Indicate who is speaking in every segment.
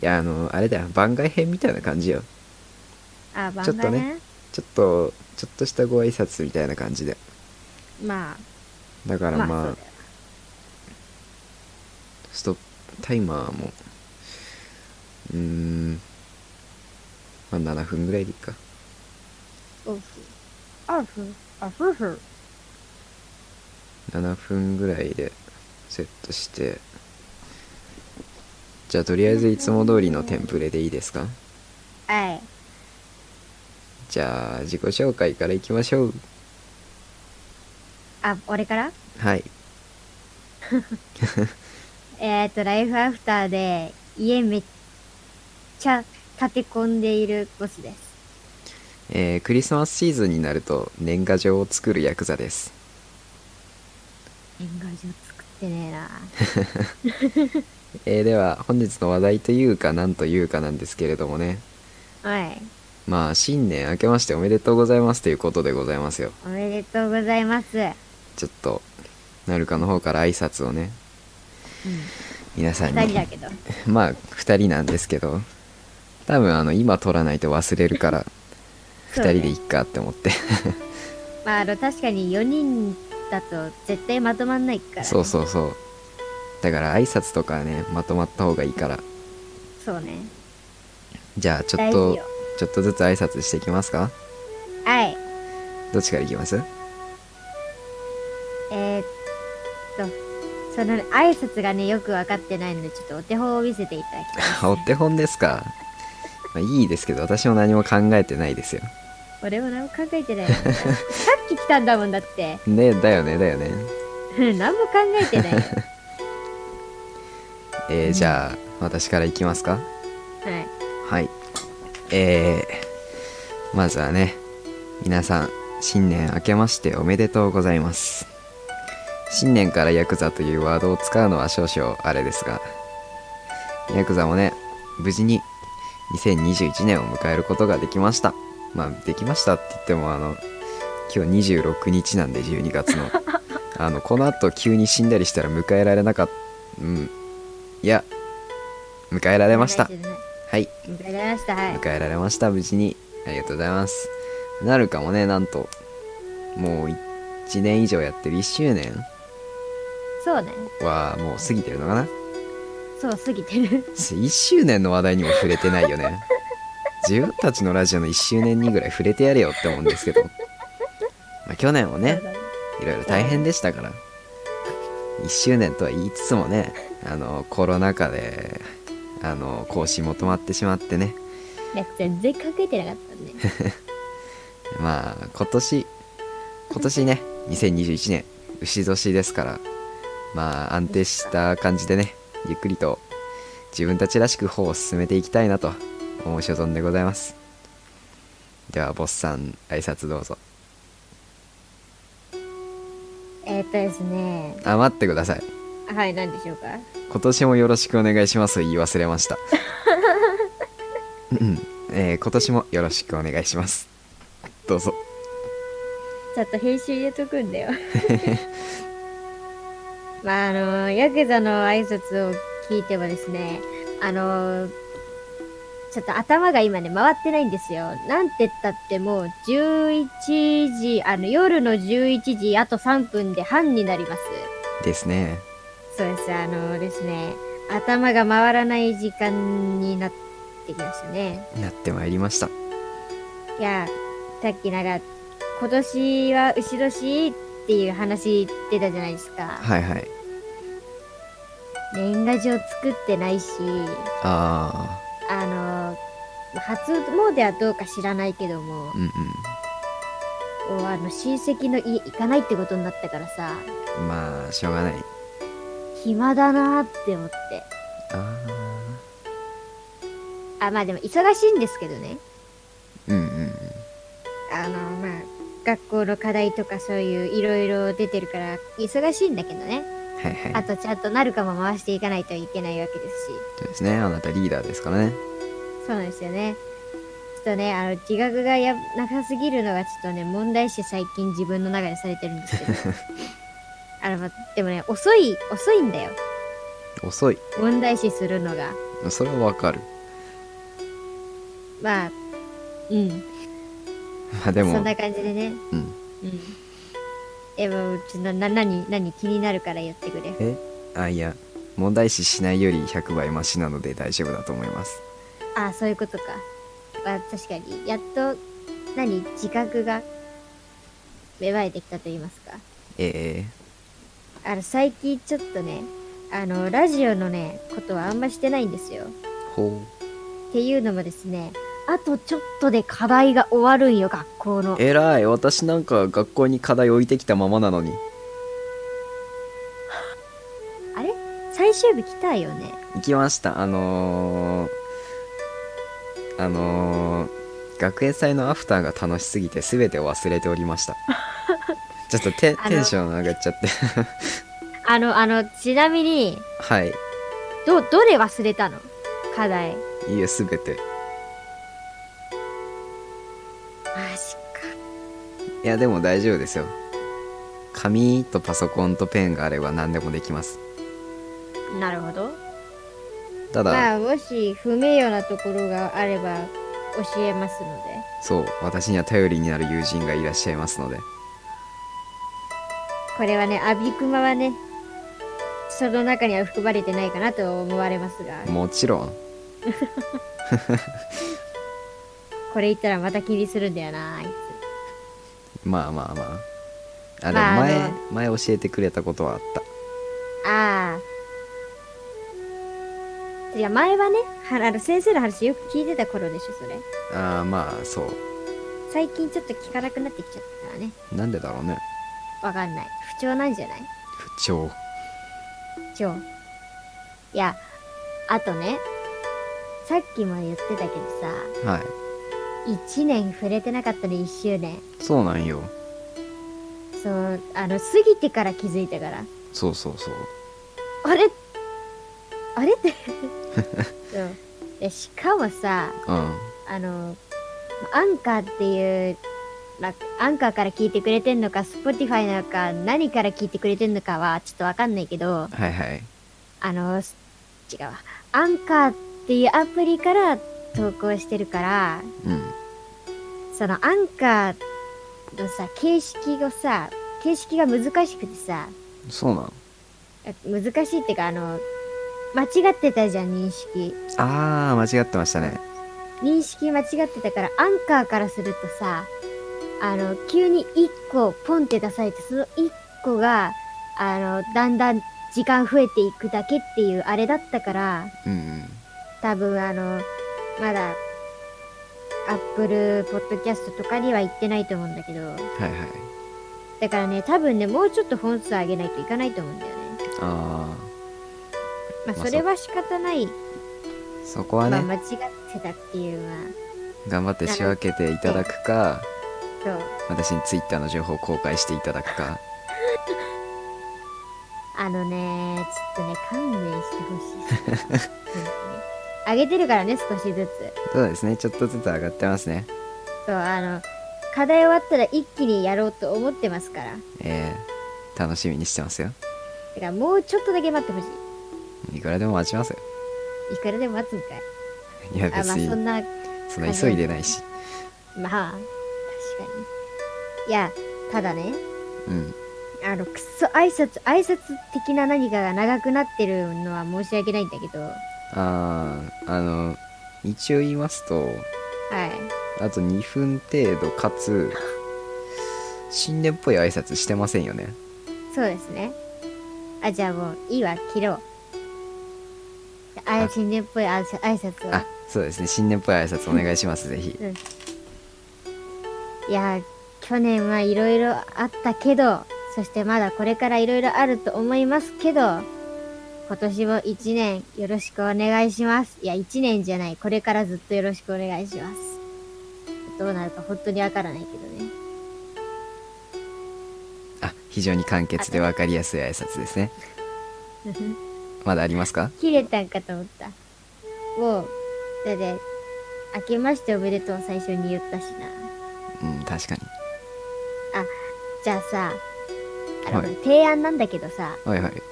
Speaker 1: やあのあれだよ番外編みたいな感じよ
Speaker 2: あ番
Speaker 1: ちょっと
Speaker 2: 外
Speaker 1: ね
Speaker 2: 編
Speaker 1: ちょっとちょっとしたご挨拶みたいな感じで
Speaker 2: まあ
Speaker 1: だから
Speaker 2: ま
Speaker 1: まあ、
Speaker 2: あそうだよ
Speaker 1: ストップタイマーもうーんまあ7分ぐらいでいいか
Speaker 2: オフオフオフフ
Speaker 1: 7分ぐらいでセットしてじゃあとりあえずいつも通りのテンプレでいいですか
Speaker 2: はい
Speaker 1: じゃあ自己紹介からいきましょう
Speaker 2: あ俺から
Speaker 1: はい
Speaker 2: えっ、とライフアフターで家めっちゃ立て込んでいるボスです
Speaker 1: えークリスマスシーズンになると年賀状を作るヤクザです
Speaker 2: 年賀状作ってねえな
Speaker 1: えーでは本日の話題というか何というかなんですけれどもね
Speaker 2: はい
Speaker 1: まあ新年明けましておめでとうございますということでございますよ
Speaker 2: おめでとうございますうん
Speaker 1: ちょっとなるかの方から挨拶をね皆さん
Speaker 2: 二人
Speaker 1: に
Speaker 2: だけど
Speaker 1: まあ2人なんですけど多分あの今取らないと忘れるから2
Speaker 2: そうね
Speaker 1: 人でいっかって思 って
Speaker 2: まああの確かに4人だと絶対まとまんないから、ね、
Speaker 1: そうそうそうだから挨拶とかねまとまった方がいいから
Speaker 2: そうね
Speaker 1: じゃあちょっ
Speaker 2: 大事
Speaker 1: と
Speaker 2: よ
Speaker 1: ちょっとずつ挨拶していきますか
Speaker 2: はい
Speaker 1: どっちからいきます
Speaker 2: えー、っとその挨拶がねよく分かってないのでちょっとお手本を見せていただきたいで す、
Speaker 1: あお手本ですか、まあ、いいですけど私も何も考えてないですよ
Speaker 2: 俺も何も考え てないよさっき来たんだもんだって
Speaker 1: ねだよねだよね
Speaker 2: うん何も考えてないよは
Speaker 1: えーじゃあ私からいきますか
Speaker 2: い
Speaker 1: はい。えー、まずはね、皆さん、新年明けましておめでとうございます。新年からヤクザというワードを使うのは少々あれですが、ヤクザもね、無事に2021年を迎えることができました。まあ、できましたって言っても、あの、今日26日なんで12月の。 あの、この後急に死んだりしたら迎えられなかった、うん。いや、迎えられました
Speaker 2: 考。えてない
Speaker 1: はい。
Speaker 2: 迎えられましたはい
Speaker 1: 迎えられました無事にありがとうございますなるかもねなんともう1年以上やってる1周年
Speaker 2: そうね
Speaker 1: はもう過ぎてるのかな
Speaker 2: そう過ぎてる
Speaker 1: 1周年の話題にも触れてないよね 自分たちのラジオの1周年にぐらい触れてやれよって思うんですけど、まあ、去年もねいろいろ大変でしたから1周年とは言いつつもねあのコロナ禍であの更新も止まってしまってね
Speaker 2: いや全然考えてなかったんで
Speaker 1: まあ今年今年ね2021年牛年ですからまあ安定した感じでねゆっくりと自分たちらしく方を進めていきたいなと思う所存でございますではボスさん挨拶どうぞ
Speaker 2: えーっとですね
Speaker 1: あ待ってください
Speaker 2: はい何でしょうか
Speaker 1: 今年もよろしくお願いしますを言い忘れましたうん、えー今年もよろしくお願いしますどうぞ
Speaker 2: ちょっと編集入れとくんだよ。まあ、あの、ヤクザの挨拶を聞いてもですね、あの、ちょっと頭が今ね、回ってないんですよ。なんて言ったってもう、11時、あの、夜の11時、あと3分で半になります。
Speaker 1: ですね
Speaker 2: そうです、あのですね、頭が回らない時間になってきましたね。
Speaker 1: なってまいりました
Speaker 2: いや、さっきなんか、今年は牛年っていう話出たじゃないですか。
Speaker 1: はいはい
Speaker 2: 年賀状作ってないし、
Speaker 1: あ
Speaker 2: あの、初詣はどうか知らないけども
Speaker 1: ー、うんうん
Speaker 2: おあの親戚の家行かないってことになったからさ、
Speaker 1: まあしょうがない
Speaker 2: 暇だなって思って。
Speaker 1: あ
Speaker 2: あ、まあでも忙しいんですけどね。
Speaker 1: ーうんうん
Speaker 2: あの、まあ、学校の課題とかそういういろいろ出てるから忙しいんだけどね。
Speaker 1: はいは
Speaker 2: あ
Speaker 1: い
Speaker 2: とちゃんとなるかも回していかないといけないわけですし。
Speaker 1: そうですねあなたリーダーですからね
Speaker 2: そうなんですよね。ちょっとね、あの、自覚がや長すぎるのがちょっとね、問題視最近自分の中でされてるんですけど。 あの、までもね、遅い、遅いんだよ。
Speaker 1: 遅い
Speaker 2: 問題視するのが。
Speaker 1: それはわかる
Speaker 2: まあ、うん。
Speaker 1: まあで
Speaker 2: そ
Speaker 1: も
Speaker 2: ん、な感じでね。
Speaker 1: うん。
Speaker 2: うん。え、もう、ちょな、な、なに、なに気になるから言ってくれ。
Speaker 1: えあ、いや、問題視しないより100倍マシなので大丈夫だと思います。
Speaker 2: ああ、そういうことか。まあ、確かに、やっと、何、自覚が、芽生えてきたと言いますか。
Speaker 1: え
Speaker 2: あの、最近ちょっとね、あの、ラジオのね、ことはあんましてないんですよ。
Speaker 1: えほ
Speaker 2: っていうのもですね、あとちょっとで課題が終わるんよ、学校の
Speaker 1: う。。えらい、私なんか学校に課題置いてきたままなのに。
Speaker 2: あれ最終日来たよね。
Speaker 1: 行きました、あのー、あのー、学園祭のアフターが楽しすぎて全てを忘れておりま した。ちょっとテ
Speaker 2: あの
Speaker 1: テンション上がっちゃって。
Speaker 2: あの、あの、ちなみに、
Speaker 1: はい。
Speaker 2: ど、どれ忘れたの課
Speaker 1: い
Speaker 2: 題。
Speaker 1: え、全て。
Speaker 2: マジか。
Speaker 1: いや、でも大丈夫ですよ。紙とパソコンとペンがあれば何でもできます。
Speaker 2: なるほど。
Speaker 1: ただ、
Speaker 2: まあ、もし不名誉なところがあれば教えますので。
Speaker 1: そう、私には頼りになる友人がいらっしゃいますので。
Speaker 2: これはね、アビクマはね、その中には含まれてないかなと思われますが、
Speaker 1: もちろん。
Speaker 2: これ言ったらまた気にするんだよな、あい
Speaker 1: まあまあまあ。あ、でも
Speaker 2: まあ
Speaker 1: 前、
Speaker 2: あの
Speaker 1: 前教えてくれたことはあっ
Speaker 2: つ。ああ。いや、前はね、はあの先生の話よく聞いてた頃でしょ、それ。
Speaker 1: た。ああー、まあ、そう。
Speaker 2: 最近ちょっと聞かなくなってきちゃったからね。
Speaker 1: なんでだろうね。
Speaker 2: わかんない。不調なんじゃない
Speaker 1: 不調。
Speaker 2: 今日。いや、あとね、さっきも言ってたけどさ、
Speaker 1: はい。
Speaker 2: 1年触れてなかったね、1周年。
Speaker 1: そうなんよ。
Speaker 2: そう、あの、過ぎてから気づいたから。
Speaker 1: そうそうそう。
Speaker 2: あれあれって。そうでしかもさ、
Speaker 1: うん。
Speaker 2: あの、アンカーっていう、らアンカーから聞いてくれてんのか、Spotify なのか、何から聞いてくれてんのかは、ちょっとわかんないけ
Speaker 1: は
Speaker 2: ど、
Speaker 1: いはい。
Speaker 2: あの、す違うわ。アンカーっていうアプリから投稿してるから、
Speaker 1: うん。
Speaker 2: そのアンカーのさ、形式をさ、形式が難しくてさ、
Speaker 1: そうなん。
Speaker 2: 難しいっていうか、あの、間違ってたじゃん、認識。
Speaker 1: ああ、間違ってましたね。
Speaker 2: 認識間違ってたから、アンカーからするとさ、あの、急に1個ポンって出されて、その1個が、あの、だんだん時間増えていくだけっていうあれだったから、
Speaker 1: うんうん。
Speaker 2: 多分あの、まだ、アップルポッドキャストとかには行ってないと思うんだけど、
Speaker 1: はいはい。
Speaker 2: だからね、多分ね、もうちょっと本数上げないといかないと思うんだよね。
Speaker 1: あ
Speaker 2: まあ、
Speaker 1: まあ
Speaker 2: それは仕方ない。
Speaker 1: あ、そこは
Speaker 2: ま
Speaker 1: ね、
Speaker 2: あ、間違ってたっていうのは、
Speaker 1: 頑張って仕分けていただくか、
Speaker 2: そう。
Speaker 1: 私にツイッターの情報を公開していただくか。
Speaker 2: あのね、ちょっとね、勘弁してほしいですね。本当に上げてるからね、少しずつ。
Speaker 1: そうですね、ちょっとずつ上がってますね。
Speaker 2: そう、あの、課題終わったら一気にやろうと思ってますから。
Speaker 1: えー、楽しみにしてますよ。
Speaker 2: だからもうちょっとだけ待ってほしい。
Speaker 1: いくらでも待ちますよ。
Speaker 2: いくらでも待つんかい。
Speaker 1: いや、
Speaker 2: あ、まあ
Speaker 1: 別
Speaker 2: そ
Speaker 1: に、
Speaker 2: んな、
Speaker 1: そんな急いでないし。
Speaker 2: まあ、確かに。いや、ただね、
Speaker 1: うん。
Speaker 2: あの、くっそ挨拶、挨拶的な何かが長くなってるのは申し訳ないんだけど、は
Speaker 1: あー、あの、一応言いますと、
Speaker 2: い。
Speaker 1: あと2分程度かつ、新年っぽい挨拶してませんよね。
Speaker 2: そうですね。あ、じゃあもう、いいわ、切ろう。あや
Speaker 1: あ
Speaker 2: しんねっぽい挨拶挨拶
Speaker 1: あ
Speaker 2: は。、
Speaker 1: そうですね、新年っぽい挨拶お願いします、ぜひ。
Speaker 2: いや、去年はいろいろあったけど、そしてまだこれからいろいろあると思いますけど、今年も一年よろしくお願いします。いや、一年じゃない。これからずっとよろしくお願いします。どうなるか本当にわからないけどね。
Speaker 1: あ、非常に簡潔で分かりやすい挨拶ですね。まだありますか
Speaker 2: 切れたんかと思った。もう、だって、明けましておめでとう最初に言ったしな。
Speaker 1: うん、確かに。
Speaker 2: じゃあさ、あの、
Speaker 1: はい
Speaker 2: 提案なんだけどさ、
Speaker 1: はいはい。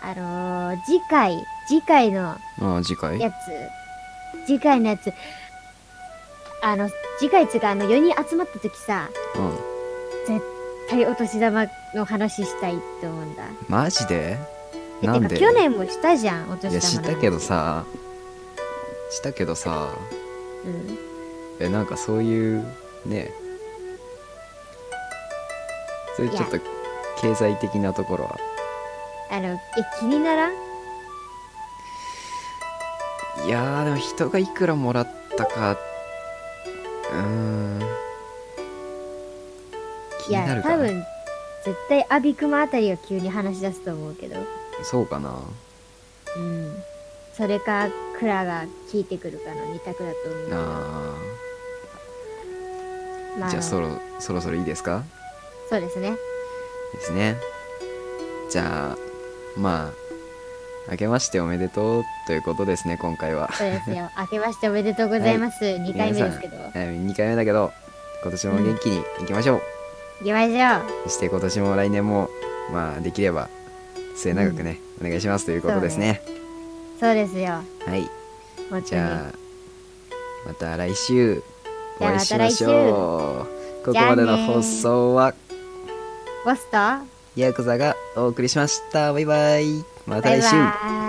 Speaker 2: あのー次回、次回の
Speaker 1: あー次回
Speaker 2: やつ、次回のやつ、あの、次回つうか、あの、4人集まった時さ、
Speaker 1: うん
Speaker 2: 対お年玉の話したいって思うんだ。
Speaker 1: マジで
Speaker 2: え
Speaker 1: なん
Speaker 2: て
Speaker 1: で
Speaker 2: か去年もしたじゃん、お年玉の
Speaker 1: いや知ったけど。さ知ったけどさ
Speaker 2: うん。
Speaker 1: えなんかそういうねそういうちょっと経済的なところは
Speaker 2: あの、え、気にならん
Speaker 1: いやーでも人がいくらもらったかうーん気
Speaker 2: い
Speaker 1: にな
Speaker 2: や、
Speaker 1: るか
Speaker 2: 多
Speaker 1: な
Speaker 2: 分、絶対アビクマあたりが急に話し出すと思うけど。
Speaker 1: そうかな
Speaker 2: うん。それか、クラが聞いてくるかの二択だと思う。
Speaker 1: あ
Speaker 2: ま
Speaker 1: ーじゃあそろそろそろいいですか
Speaker 2: そうですね。
Speaker 1: ですねじゃあまあ明けましておめでとうということですね今回は
Speaker 2: そうで すよ。明けましておめでとうございます。二2回目ですけど。行
Speaker 1: 2回目だけど今年も元気にいきましょう、
Speaker 2: きましょ
Speaker 1: そして今年も来年もまあできれば末永くね、お願いしますということですね
Speaker 2: う。そうですよ。
Speaker 1: はい
Speaker 2: 本当に
Speaker 1: じゃあまた来週お
Speaker 2: じゃあ
Speaker 1: 会い
Speaker 2: ま
Speaker 1: したま
Speaker 2: 来
Speaker 1: し
Speaker 2: 週
Speaker 1: ょうここまでの放送は
Speaker 2: ボスと
Speaker 1: ヤクザがお送りしましたバイバイまた
Speaker 2: バイ
Speaker 1: 来週
Speaker 2: バイ。